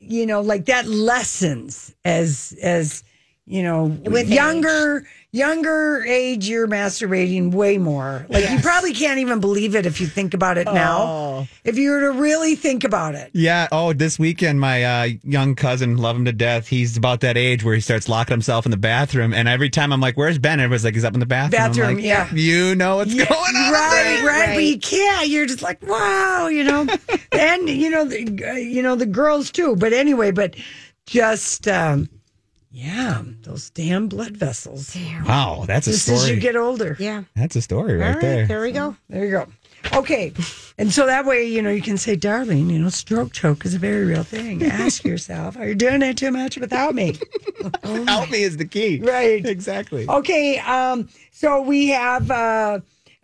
Speaker 1: you know, like that lessens as as you know,
Speaker 2: With
Speaker 1: younger younger age, you're masturbating way more. Like you probably can't even believe it if you think about it now. If you were to really think about it,
Speaker 3: Yeah. Oh, this weekend, my uh, young cousin, love him to death. He's about that age where he starts locking himself in the bathroom. And every time I'm like, "Where's Ben?" Everybody's like, "He's up in the bathroom." I'm
Speaker 1: Bathroom,
Speaker 3: like,
Speaker 1: yeah.
Speaker 3: You know what's
Speaker 1: Yeah,
Speaker 3: going on,
Speaker 1: right, right,
Speaker 2: Right.
Speaker 1: But you can't. You're just like, wow, you know. and you know, the, uh, you know the girls too. But anyway, but just um, yeah, those damn blood vessels.
Speaker 3: Wow, that's a
Speaker 1: Just as you
Speaker 3: story.
Speaker 1: get older.
Speaker 2: Yeah.
Speaker 3: That's a story
Speaker 2: All
Speaker 3: right
Speaker 2: right.
Speaker 3: there.
Speaker 2: There we go.
Speaker 1: There you go. Okay. And so that way, you know, you can say, darling, you know, stroke choke is a very real thing. Ask yourself, are you doing it too much without me?
Speaker 3: Help me is the key.
Speaker 1: Right.
Speaker 3: Exactly.
Speaker 1: Okay. Um, so we have, uh,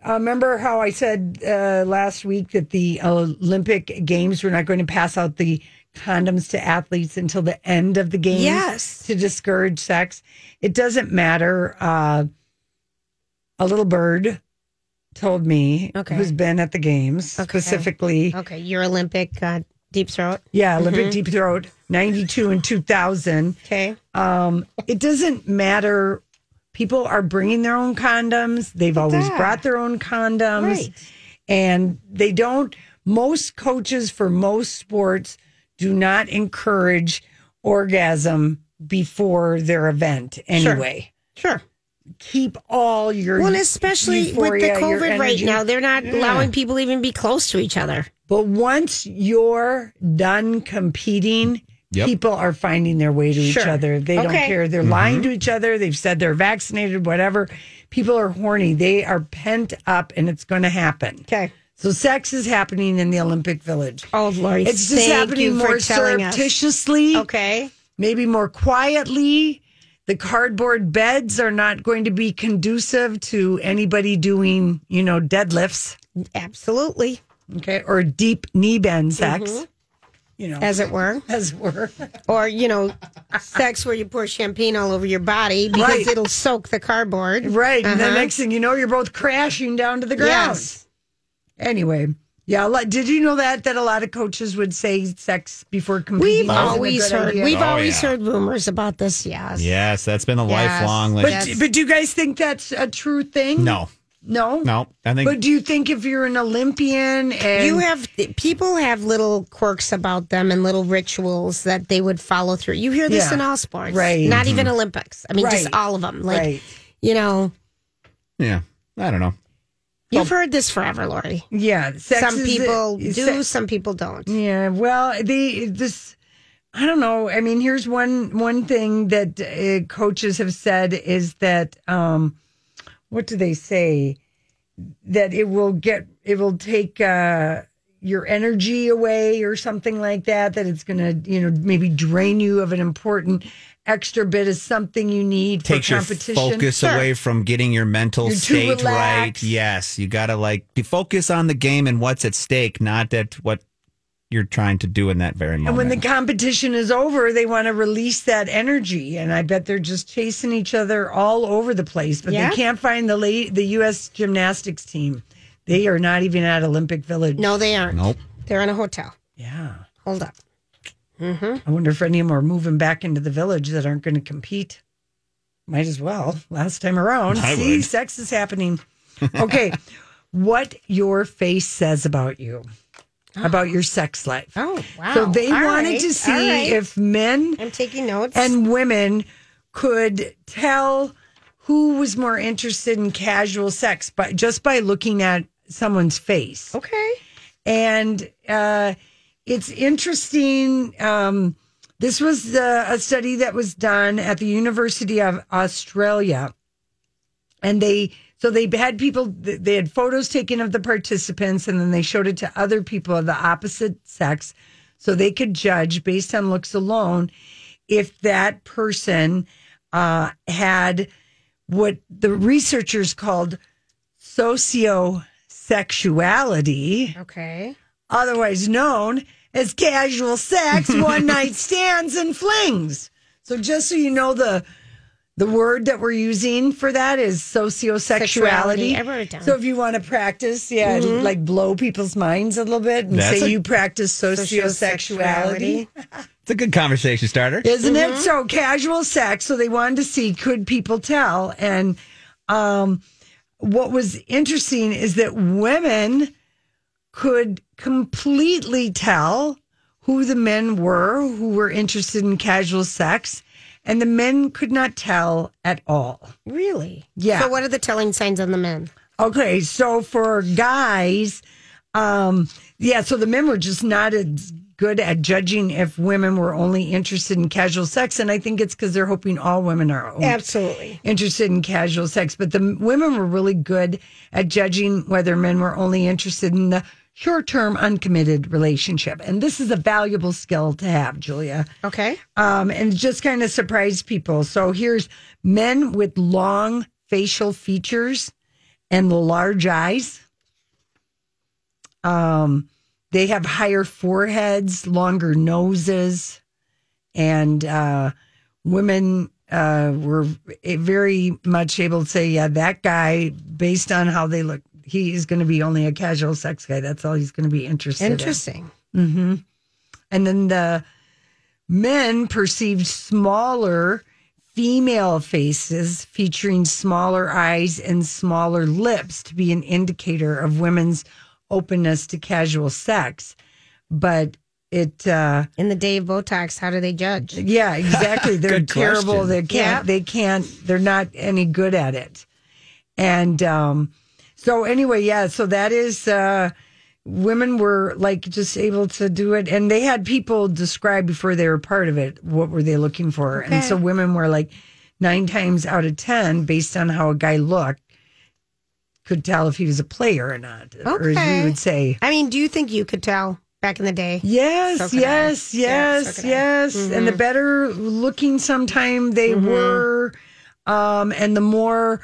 Speaker 1: uh, remember how I said uh, last week that the Olympic Games were not going to pass out the condoms to athletes until the end of the games
Speaker 2: Yes.
Speaker 1: to discourage sex? It doesn't matter. Uh, a little bird told me
Speaker 2: Okay.
Speaker 1: who's been at the games
Speaker 2: Okay.
Speaker 1: specifically.
Speaker 2: Okay. Mm-hmm. Your Olympic uh, deep throat.
Speaker 1: Yeah, Olympic deep throat, 92 and 2000.
Speaker 2: Okay.
Speaker 1: Um, it doesn't matter. People are bringing their own condoms. They've always
Speaker 2: Yeah.
Speaker 1: brought their own condoms.
Speaker 2: Right.
Speaker 1: And they don't, most coaches for most sports do not encourage orgasm before their event anyway.
Speaker 2: Sure.
Speaker 1: Keep all your
Speaker 2: Well, and especially
Speaker 1: euphoria,
Speaker 2: with the
Speaker 1: your
Speaker 2: COVID right
Speaker 1: energy.
Speaker 2: now, they're not allowing people even be close to each other.
Speaker 1: But once you're done competing,
Speaker 3: Yep.
Speaker 1: people are finding their way to each
Speaker 2: Sure.
Speaker 1: other. They don't
Speaker 2: Okay.
Speaker 1: care. They're lying to each other. They've said they're vaccinated, whatever. People are horny. They are pent up and it's going to happen.
Speaker 2: Okay.
Speaker 1: So sex is happening in the Olympic Village.
Speaker 2: Oh, Lori,
Speaker 1: It's just
Speaker 2: thank you
Speaker 1: happening
Speaker 2: for
Speaker 1: more
Speaker 2: telling us.
Speaker 1: surreptitiously,
Speaker 2: Okay.
Speaker 1: maybe more quietly. The cardboard beds are not going to be conducive to anybody doing, you know, deadlifts,
Speaker 2: Absolutely.
Speaker 1: okay, or deep knee bend sex. You know,
Speaker 2: Mm-hmm. As it were.
Speaker 1: as it were.
Speaker 2: Or, you know, sex where you pour champagne all over your body because
Speaker 1: Right.
Speaker 2: it'll soak the cardboard.
Speaker 1: Right. And the
Speaker 2: Uh-huh.
Speaker 1: next thing you know, you're both crashing down to the ground.
Speaker 2: Yes.
Speaker 1: Anyway, yeah. a lot- Did you know that that a lot of coaches would say sex before competing?
Speaker 2: We've
Speaker 1: isn't a
Speaker 2: always
Speaker 1: good
Speaker 2: heard
Speaker 1: idea?
Speaker 2: we've
Speaker 3: Oh,
Speaker 2: always
Speaker 3: yeah.
Speaker 2: heard rumors about this, yes.
Speaker 3: Yes, that's been a
Speaker 2: Yes.
Speaker 3: lifelong. Like,
Speaker 1: but
Speaker 2: Yes.
Speaker 1: but do you guys think that's a true thing?
Speaker 3: no,
Speaker 1: no,
Speaker 3: no. I think
Speaker 1: But do you think if you're an Olympian and
Speaker 2: You have people have little quirks about them and little rituals that they would follow through. You hear this
Speaker 1: Yeah.
Speaker 2: in all sports,
Speaker 1: Right.
Speaker 2: Not even
Speaker 3: Mm-hmm.
Speaker 2: Olympics. I mean, just
Speaker 1: Right.
Speaker 2: all of them. Like
Speaker 1: Right.
Speaker 2: you know,
Speaker 3: yeah. I don't know.
Speaker 2: you've heard this forever, Lori.
Speaker 1: yeah, sex
Speaker 2: Some
Speaker 1: is-
Speaker 2: people
Speaker 1: is
Speaker 2: do,
Speaker 1: sex- Mm.
Speaker 2: some people don't.
Speaker 1: Yeah, well, they this I don't know. I mean, here's one one thing that uh, coaches have said is that um what do they say that it will get it will take uh your energy away or something like that that it's going to, you know, maybe drain you of an important extra bit of something you need
Speaker 3: Takes
Speaker 1: for
Speaker 3: your
Speaker 1: competition.
Speaker 3: focus away from getting your mental
Speaker 1: You're too
Speaker 3: state right.
Speaker 1: relaxed.
Speaker 3: Yes, you got to like you focus on the game and what's at stake, not at what you're trying to do in that very moment.
Speaker 1: And when the competition is over, they want to release that energy. And I bet they're just chasing each other all over the place, but
Speaker 2: Yeah.
Speaker 1: they can't find the la- the U.S. gymnastics team. They are not even at Olympic Village.
Speaker 2: No, they aren't.
Speaker 3: nope.
Speaker 2: They're in a hotel.
Speaker 1: Yeah.
Speaker 2: Hold up.
Speaker 1: I wonder if any of them are moving back into the village that aren't going to compete. Might as well. Last time around.
Speaker 3: I
Speaker 1: See,
Speaker 3: would.
Speaker 1: sex is happening. Okay. what your face says about you, about your sex life.
Speaker 2: Oh, wow.
Speaker 1: So they
Speaker 2: All
Speaker 1: wanted
Speaker 2: right,
Speaker 1: to see
Speaker 2: all right.
Speaker 1: if men
Speaker 2: I'm taking notes.
Speaker 1: and women could tell who was more interested in casual sex but just by looking at someone's face
Speaker 2: okay.
Speaker 1: and uh, it's interesting um, this was the, a study that was done at the university of australia and they so they had people th- they had photos taken of the participants and then they showed it to other people of the opposite sex so they could judge based on looks alone if that person uh, had what the researchers called sociosexuality
Speaker 2: Okay.
Speaker 1: otherwise known as casual sex, one night stands, and flings. So just so you know, the the word that we're using for that is sociosexuality.
Speaker 2: Sexuality. I wrote it down. Mm-hmm.
Speaker 1: So if you want to practice, yeah, like blow people's minds a little bit and
Speaker 3: That's
Speaker 1: say
Speaker 3: a-
Speaker 1: you practice sociosexuality.
Speaker 2: Sociosexuality.
Speaker 3: It's a good conversation starter.
Speaker 1: Isn't it? So casual sex. So they wanted to see could people tell? And um, what was interesting is that women could completely tell who the men were who were interested in casual sex, and the men could not tell at all.
Speaker 2: Really?
Speaker 1: Yeah.
Speaker 2: So what are the telling signs on the men?
Speaker 1: Okay, so for guys, um, yeah, so the men were just not as good at judging if women were only interested in casual sex, and I think it's because they're hoping all women are only
Speaker 2: Absolutely.
Speaker 1: interested in casual sex. But the m- women were really good at judging whether men were only interested in the short-term uncommitted relationship, and this is a valuable skill to have, Julia
Speaker 2: Okay.
Speaker 1: um, and it just kind of surprise people. So here's men with long facial features and large eyes. Um, they have higher foreheads, longer noses, and uh, women uh, were very much able to say, "Yeah, that guy, based on how they look, he is going to be only a casual sex guy. That's all he's going to be interested in."
Speaker 2: Interesting.
Speaker 1: hmm And then the men perceived smaller female faces featuring smaller eyes and smaller lips to be an indicator of women's openness to casual sex. But it, uh,
Speaker 2: In the day of Botox, how do they judge?
Speaker 1: yeah, exactly. They're
Speaker 3: Good
Speaker 1: terrible.
Speaker 3: question.
Speaker 1: They can't.
Speaker 2: Yeah.
Speaker 1: They can't. They're not any good at it. And um, so anyway, yeah. So that is uh, women were like just able to do it, and they had people describe before they were part of it what were they looking for, and so women were like nine times out of ten, based on how a guy looked, could tell if he was a player or not, or as we
Speaker 2: Okay.
Speaker 1: would say.
Speaker 2: I mean, do you think you could tell back in the day?
Speaker 1: Yes,
Speaker 2: So could I.
Speaker 1: yes,
Speaker 2: Yeah, so
Speaker 1: yes,
Speaker 2: could I. Mm-hmm.
Speaker 1: yes. And the better looking sometime they were, um, and the more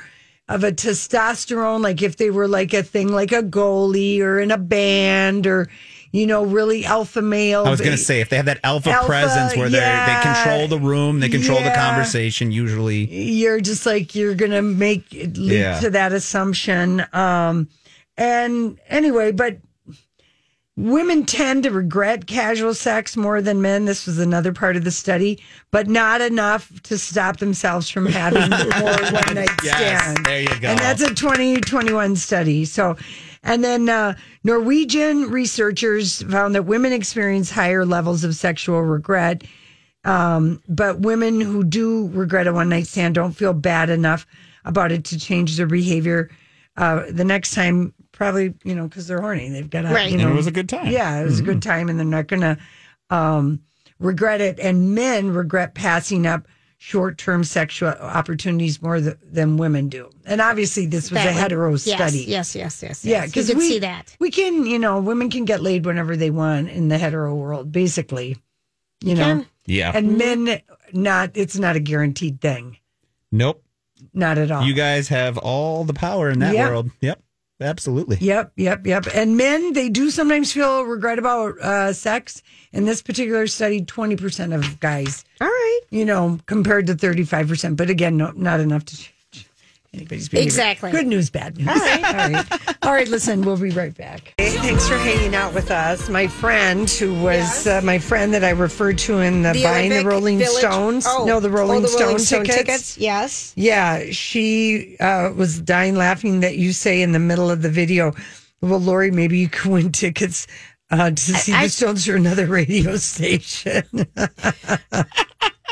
Speaker 1: of a testosterone, like if they were like a thing like a goalie or in a band or, you know, really alpha male.
Speaker 3: I was going
Speaker 1: they-
Speaker 3: to say if they have that alpha,
Speaker 1: Alpha,
Speaker 3: presence where
Speaker 1: yeah.
Speaker 3: they they control the room, they control the
Speaker 1: Yeah.
Speaker 3: conversation usually.
Speaker 1: you're just like you're gonna make it lead
Speaker 3: Yeah.
Speaker 1: to that assumption um and anyway but women tend to regret casual sex more than men this was another part of the study but not enough to stop themselves from having more one night
Speaker 3: Yes,
Speaker 1: stands
Speaker 3: there you go.
Speaker 1: and that's a 2021 study so and then uh, norwegian researchers found that women experience higher levels of sexual regret but women who do regret a one night stand don't feel bad enough about it to change their behavior uh, the next time. Probably, you know, because they're horny. They've got to,
Speaker 2: Right.
Speaker 1: you
Speaker 3: And
Speaker 1: know,
Speaker 3: it was a good time. Mm-hmm.
Speaker 1: yeah, it was a good time, and they're not going to um, regret it. And men regret passing up short term sexual opportunities more th- than women do. And obviously, this was a
Speaker 2: That would-
Speaker 1: hetero
Speaker 2: yes,
Speaker 1: study.
Speaker 2: Yes, yes, yes.
Speaker 1: Yeah, because
Speaker 2: because you could
Speaker 1: we
Speaker 2: see that.
Speaker 1: we can, you know, women can get laid whenever they want in the hetero world, basically. You know,
Speaker 2: can.
Speaker 3: Yeah.
Speaker 1: and men not it's not a guaranteed thing
Speaker 3: nope.
Speaker 1: not at all
Speaker 3: You guys have all the power in that
Speaker 1: Ah. Yeah.
Speaker 3: world. Yep. Absolutely.
Speaker 1: yep yep yep and men they do sometimes feel regret about uh, sex in this particular study 20% of guys
Speaker 2: All right.
Speaker 1: you know compared to 35% but again no, not enough to change anybody's behavior
Speaker 2: Exactly.
Speaker 1: good news bad news all right all right all right listen we'll be right back hey, thanks for hanging out with us my friend who was uh, my friend that i referred to in the, buying the
Speaker 2: Olympic
Speaker 1: rolling
Speaker 2: Village-
Speaker 1: stones
Speaker 2: Oh,
Speaker 1: no the
Speaker 2: oh,
Speaker 1: rolling,
Speaker 2: Rolling
Speaker 1: stone,
Speaker 2: Stone
Speaker 1: tickets.
Speaker 2: Yes.
Speaker 1: Yeah, she uh, was dying laughing that you say in the middle of the video. Well, Lori, maybe you can win tickets uh, to see
Speaker 2: I-
Speaker 1: the Stones or another radio station.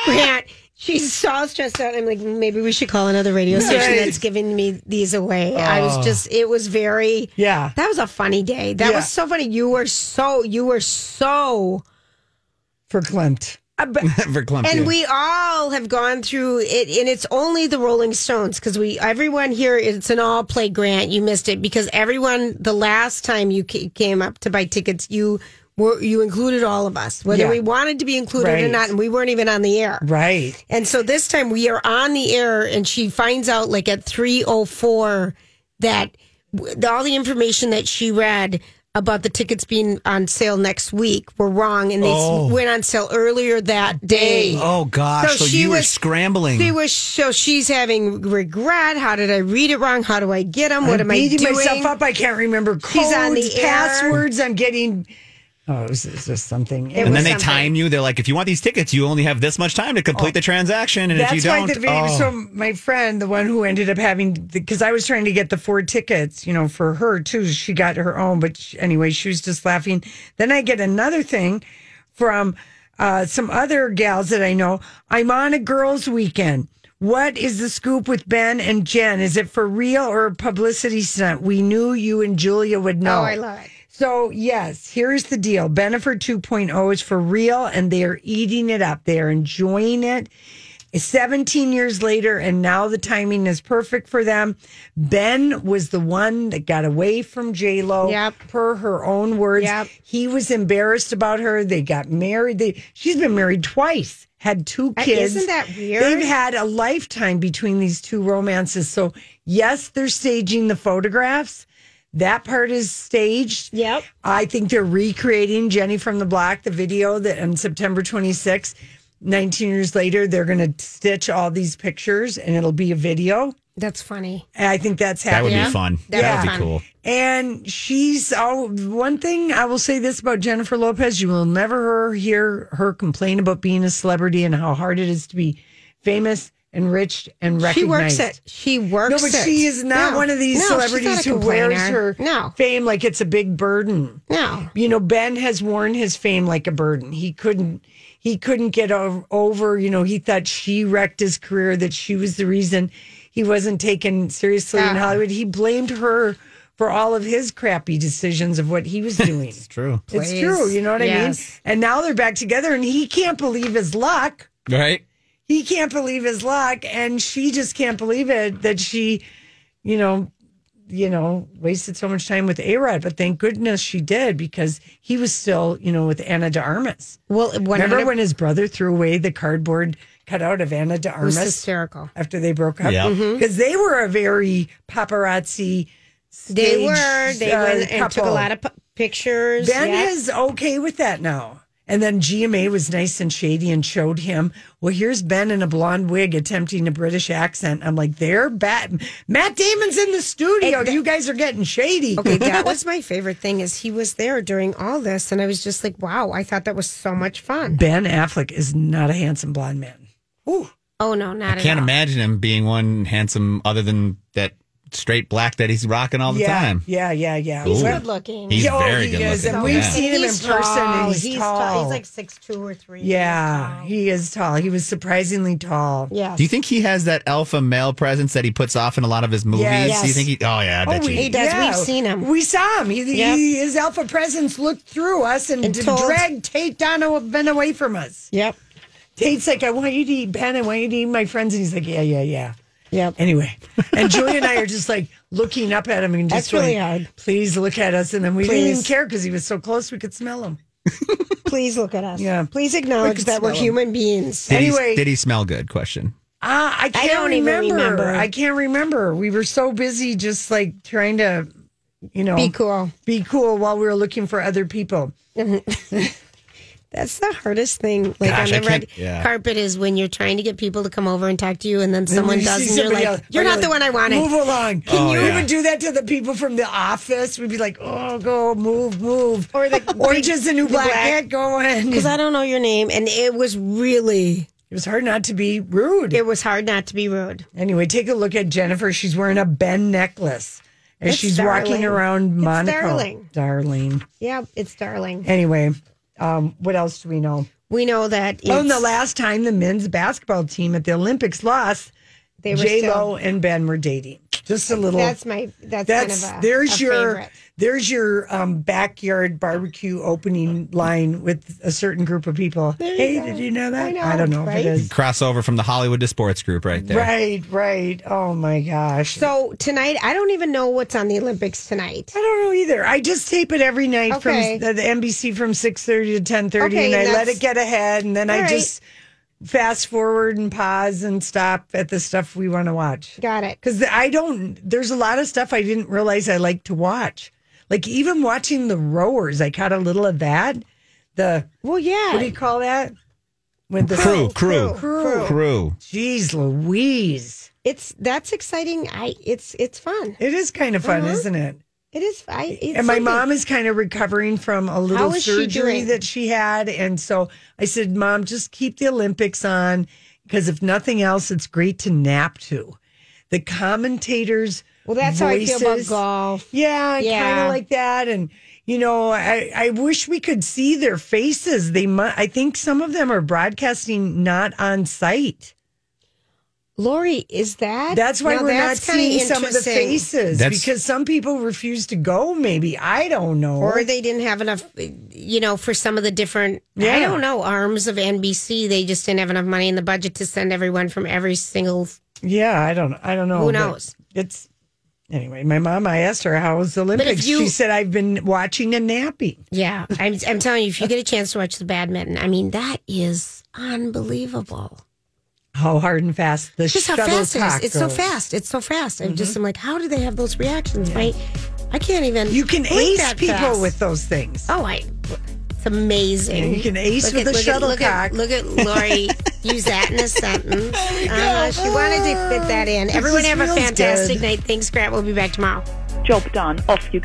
Speaker 2: Grant, she's so stressed out. I'm like, maybe we should call another radio station
Speaker 1: Right.
Speaker 2: that's giving me these away. I
Speaker 1: Oh.
Speaker 2: was just, it was very,
Speaker 1: yeah,
Speaker 2: that was a funny day. That
Speaker 1: Yeah.
Speaker 2: was so funny. You were so, you were so.
Speaker 1: for Klimt.
Speaker 2: uh, but-
Speaker 3: For
Speaker 1: Oh,
Speaker 3: Clump,
Speaker 2: And
Speaker 3: yeah.
Speaker 2: we all have gone through it, and it's only the Rolling Stones because we everyone here it's an all play grant. You missed it because everyone the last time you ca- came up to buy tickets, you were you included all of us, whether
Speaker 1: Yeah.
Speaker 2: we wanted to be included or
Speaker 1: Right.
Speaker 2: not, and we weren't even on the air.
Speaker 1: Right.
Speaker 2: And so this time we are on the air, and she finds out like at three oh four that w- the- all the information that she read about the tickets being on sale next week were wrong, and they s-
Speaker 1: Oh.
Speaker 2: went on sale earlier that day.
Speaker 3: Oh gosh. So, you were scrambling.
Speaker 2: She was so she's having regret. How did I read it wrong? How do I get them? What am I
Speaker 1: beating
Speaker 2: doing?
Speaker 1: myself up. I can't remember codes,
Speaker 2: She's on the air.
Speaker 1: passwords. I'm getting Oh, it was, it was just something. Oh.
Speaker 3: and then they time you. They're like, if you want these tickets, you only have this much time to complete the transaction. And
Speaker 1: That's
Speaker 3: if you
Speaker 1: why
Speaker 3: don't,
Speaker 1: the video.
Speaker 3: oh.
Speaker 1: So my friend, the one who ended up having, because I was trying to get the four tickets, you know, for her too. She got her own, but she, anyway, she was just laughing. Then I get another thing from uh, some other gals that I know. I'm on a girls' weekend. What is the scoop with Ben and Jen? Is it for real or a publicity stunt? We knew you and Julia would know.
Speaker 2: Oh, I love it.
Speaker 1: So, yes, here's the deal. Benefer 2.0 is for real and they are eating it up. They are enjoying it. 17 years later, and now the timing is perfect for them. Ben was the one that got away from J Lo,
Speaker 2: Yep.
Speaker 1: per her own words.
Speaker 2: Yep.
Speaker 1: He was embarrassed about her. They got married. They, she's been married twice, had two
Speaker 2: Uh,
Speaker 1: kids.
Speaker 2: isn't that weird?
Speaker 1: They've had a lifetime between these two romances. So, yes, they're staging the photographs. That part is staged.
Speaker 2: Yep.
Speaker 1: I think they're recreating Jenny from the Block, the video that on September 26th, 19 years later, they're going to stitch all these pictures and it'll be a video.
Speaker 2: That's funny.
Speaker 1: And I think that's
Speaker 3: that would
Speaker 1: happening.
Speaker 3: be fun.
Speaker 2: That
Speaker 3: That would
Speaker 2: was
Speaker 3: be
Speaker 2: fun.
Speaker 3: cool.
Speaker 1: And she's all one thing I will say this about Jennifer Lopez you will never hear her complain about being a celebrity and how hard it is to be famous and rich and
Speaker 2: She
Speaker 1: recognized.
Speaker 2: works it. She works
Speaker 1: No,
Speaker 2: it.
Speaker 1: but she is not
Speaker 2: No.
Speaker 1: one of these
Speaker 2: No, she's not
Speaker 1: celebrities
Speaker 2: a
Speaker 1: who wears
Speaker 2: complainer.
Speaker 1: her
Speaker 2: No.
Speaker 1: fame like it's a big burden.
Speaker 2: No.
Speaker 1: You know, Ben has worn his fame like a burden. He couldn't he couldn't get o- over, you know, he thought she wrecked his career, that she was the reason he wasn't taken seriously in
Speaker 2: Yeah.
Speaker 1: Hollywood. He blamed her for all of his crappy decisions of what he was doing. it's
Speaker 3: True.
Speaker 1: It's true, you know what
Speaker 2: Yes.
Speaker 1: I mean? And now they're back together and he can't believe his luck
Speaker 3: Right?
Speaker 1: he can't believe his luck and she just can't believe it that she you know you know wasted so much time with arod but thank goodness she did because he was still you know with anna de armas
Speaker 2: Well, when
Speaker 1: remember when his brother threw away the cardboard cutout of anna de
Speaker 2: it was
Speaker 1: armas
Speaker 2: hysterical.
Speaker 1: after they broke up
Speaker 3: Yeah.
Speaker 1: because
Speaker 2: Mm-hmm.
Speaker 3: Mhm.
Speaker 1: they were a very paparazzi
Speaker 2: They
Speaker 1: stage,
Speaker 2: were. They
Speaker 1: uh,
Speaker 2: went and took a
Speaker 1: couple.
Speaker 2: lot of p- pictures.
Speaker 1: Ben
Speaker 2: Yeah.
Speaker 1: is okay with that now. And then GMA was nice and shady and showed him, well, here's Ben in a blonde wig attempting a British accent. I'm like, they're bat. Matt Damon's in the studio. you guys are getting shady.
Speaker 2: Okay, that was my favorite thing is he was there during all this and I was just like, wow, I thought that was so much fun.
Speaker 1: Ben Affleck is not a handsome blonde man.
Speaker 2: Oh no, not
Speaker 3: I
Speaker 2: at
Speaker 3: can't
Speaker 2: all.
Speaker 3: imagine him being one handsome other than that straight black that he's rocking all the
Speaker 1: yeah,
Speaker 3: time.
Speaker 1: yeah, yeah, yeah.
Speaker 3: He's
Speaker 1: Well,
Speaker 2: Good looking.
Speaker 3: He's
Speaker 1: Yo,
Speaker 3: very
Speaker 1: he
Speaker 3: good
Speaker 1: is,
Speaker 3: looking.
Speaker 1: and we've
Speaker 3: Yeah.
Speaker 1: seen him in person, and he's tall.
Speaker 2: He's like six two or three.
Speaker 1: yeah,
Speaker 2: He's
Speaker 1: he is tall. He was surprisingly tall.
Speaker 2: tall. yes.
Speaker 3: Do you think he has that alpha male presence that he puts off in a lot of his movies?
Speaker 1: Yes.
Speaker 3: Do you think he? Oh yeah, I bet you.
Speaker 2: He does. We've seen him.
Speaker 1: We saw him. He,
Speaker 2: Yep.
Speaker 1: he, his alpha presence looked through us and,
Speaker 2: And
Speaker 1: d-
Speaker 2: told-
Speaker 1: dragged Tate down and been away from us.
Speaker 2: Yep.
Speaker 1: Tate's like, I want you to eat Ben. I want you to eat my friends. And he's like, yeah, yeah, yeah.
Speaker 2: Yep.
Speaker 1: Anyway, and Julie and I are just like looking up at him and just
Speaker 2: That's really
Speaker 1: going,
Speaker 2: hard.
Speaker 1: Please look at us, and then we didn't even
Speaker 2: Please.
Speaker 1: care because he was so close we could smell him.
Speaker 2: Please look at us.
Speaker 1: Yeah.
Speaker 2: Please
Speaker 1: We
Speaker 2: acknowledge
Speaker 1: could
Speaker 2: that we're
Speaker 1: smell him.
Speaker 2: human beings.
Speaker 3: Did
Speaker 1: Anyway-
Speaker 3: he, did he smell good? Question.
Speaker 1: Ah, I can't
Speaker 2: don't even
Speaker 1: remember.
Speaker 2: remember.
Speaker 1: I can't remember. We were so busy just like trying to, you know,
Speaker 2: Be cool.
Speaker 1: be cool while we were looking for other people.
Speaker 2: That's the hardest thing. Like
Speaker 3: Gosh, I
Speaker 2: on the
Speaker 3: can't-
Speaker 2: red
Speaker 3: yeah.
Speaker 2: carpet is when you're trying to get people to come over and talk to you, and then someone
Speaker 1: you
Speaker 2: does,
Speaker 1: see
Speaker 2: and you're
Speaker 1: somebody
Speaker 2: like,
Speaker 1: else,
Speaker 2: "You're
Speaker 1: but
Speaker 2: not the one I wanted."
Speaker 1: Move along. Can
Speaker 3: Oh,
Speaker 1: you
Speaker 3: yeah.
Speaker 1: even do that to the people from the office? We'd be like, oh, go, move, move. Or the orange is the new
Speaker 2: the
Speaker 1: black.
Speaker 2: black.
Speaker 1: Get going.
Speaker 2: Because I don't know your name, and it was really,
Speaker 1: It was hard not to be rude.
Speaker 2: it was hard not to be rude.
Speaker 1: anyway, take a look at Jennifer. She's wearing a Ben necklace as
Speaker 2: It's
Speaker 1: she's walking
Speaker 2: darling.
Speaker 1: around
Speaker 2: It's
Speaker 1: Monaco.
Speaker 2: darling.
Speaker 1: Darling.
Speaker 2: Yeah, it's darling.
Speaker 1: Anyway, um, what else do we know?
Speaker 2: We know that. It's,
Speaker 1: Oh, and the last time the men's basketball team at the Olympics lost,
Speaker 2: they were
Speaker 1: J Lo
Speaker 2: still-
Speaker 1: and Ben were dating. Just a little.
Speaker 2: That's my. That's,
Speaker 1: That's
Speaker 2: kind of a,
Speaker 1: there's
Speaker 2: a
Speaker 1: your
Speaker 2: favorite.
Speaker 1: there's your um, backyard barbecue opening line with a certain group of people.
Speaker 2: There you
Speaker 1: hey,
Speaker 2: go.
Speaker 1: did you know that?
Speaker 2: I know,
Speaker 1: don't know if it
Speaker 2: right?
Speaker 1: is.
Speaker 3: Crossover from the Hollywood to sports group right there.
Speaker 1: Right, right. Oh my gosh.
Speaker 2: So tonight, I don't even know what's on the Olympics tonight.
Speaker 1: I don't know either. I just tape it every night
Speaker 2: Okay.
Speaker 1: from the, the NBC from six thirty to ten thirty,
Speaker 2: Okay,
Speaker 1: and I
Speaker 2: and
Speaker 1: let
Speaker 2: that's-
Speaker 1: it get ahead, and then I
Speaker 2: All right.
Speaker 1: just fast forward and pause and stop at the stuff we want to watch.
Speaker 2: Got it.
Speaker 1: because I don't. There's a lot of stuff I didn't realize I like to watch. Like even watching the rowers, I caught a little of that. The
Speaker 2: Well, yeah.
Speaker 1: what do you call that? When the Oh,
Speaker 3: Crew, crew,
Speaker 1: Crew.
Speaker 3: crew.
Speaker 1: Jeez, Louise,
Speaker 2: It's that's exciting. I it's it's fun.
Speaker 1: it is kind of fun,
Speaker 2: Mhm.
Speaker 1: isn't it?
Speaker 2: It is. I, it's
Speaker 1: and my
Speaker 2: something-
Speaker 1: mom is kind of recovering from a little
Speaker 2: How is she
Speaker 1: surgery
Speaker 2: doing?
Speaker 1: that she had. And so I said, Mom, just keep the Olympics on because if nothing else, it's great to nap to. The commentators.
Speaker 2: Well, that's how I feel about
Speaker 1: voices-
Speaker 2: golf.
Speaker 1: Yeah, kind
Speaker 2: Yeah.
Speaker 1: of like that. And, you know, I, I wish we could see their faces. They mu- I think some of them are broadcasting not on site.
Speaker 2: Lori, is that?
Speaker 1: That's why
Speaker 2: Now,
Speaker 1: we're
Speaker 2: that's
Speaker 1: not
Speaker 2: kinda
Speaker 1: seeing some of the
Speaker 2: interesting.
Speaker 1: faces
Speaker 3: That's-
Speaker 1: because some people refuse to go, maybe. I don't know.
Speaker 2: Or they didn't have enough, you know, for some of the different, I
Speaker 1: Yeah.
Speaker 2: don't know, arms of NBC. They just didn't have enough money in the budget to send everyone from every single.
Speaker 1: Yeah, I don't. I don't know.
Speaker 2: Who
Speaker 1: but
Speaker 2: knows?
Speaker 1: It's anyway. My mom. I asked her how was the Olympics.
Speaker 2: you-
Speaker 1: she said I've been watching and napping.
Speaker 2: Yeah. I'm, I'm telling you, if you get a chance to watch the badminton, I mean, that is unbelievable.
Speaker 1: How hard and fast the Mm-hmm.
Speaker 2: Just how fast it is. It's so fast. It's so fast. I'm just, I'm like, how do they have those reactions? Right. I can't even.
Speaker 1: You can
Speaker 2: blink
Speaker 1: ace
Speaker 2: that
Speaker 1: people
Speaker 2: fast.
Speaker 1: with those things.
Speaker 2: Oh, I. It's amazing.
Speaker 1: Yeah, you can ace with a
Speaker 2: look at-
Speaker 1: shuttlecock.
Speaker 2: Look at, Lori use that in a sentence. Uh, she wanted to fit that in. Everyone
Speaker 1: just
Speaker 2: have a
Speaker 1: feels
Speaker 2: fantastic
Speaker 1: good.
Speaker 2: night. Thanks, Grant. We'll be back tomorrow.
Speaker 7: Job done. Off you go.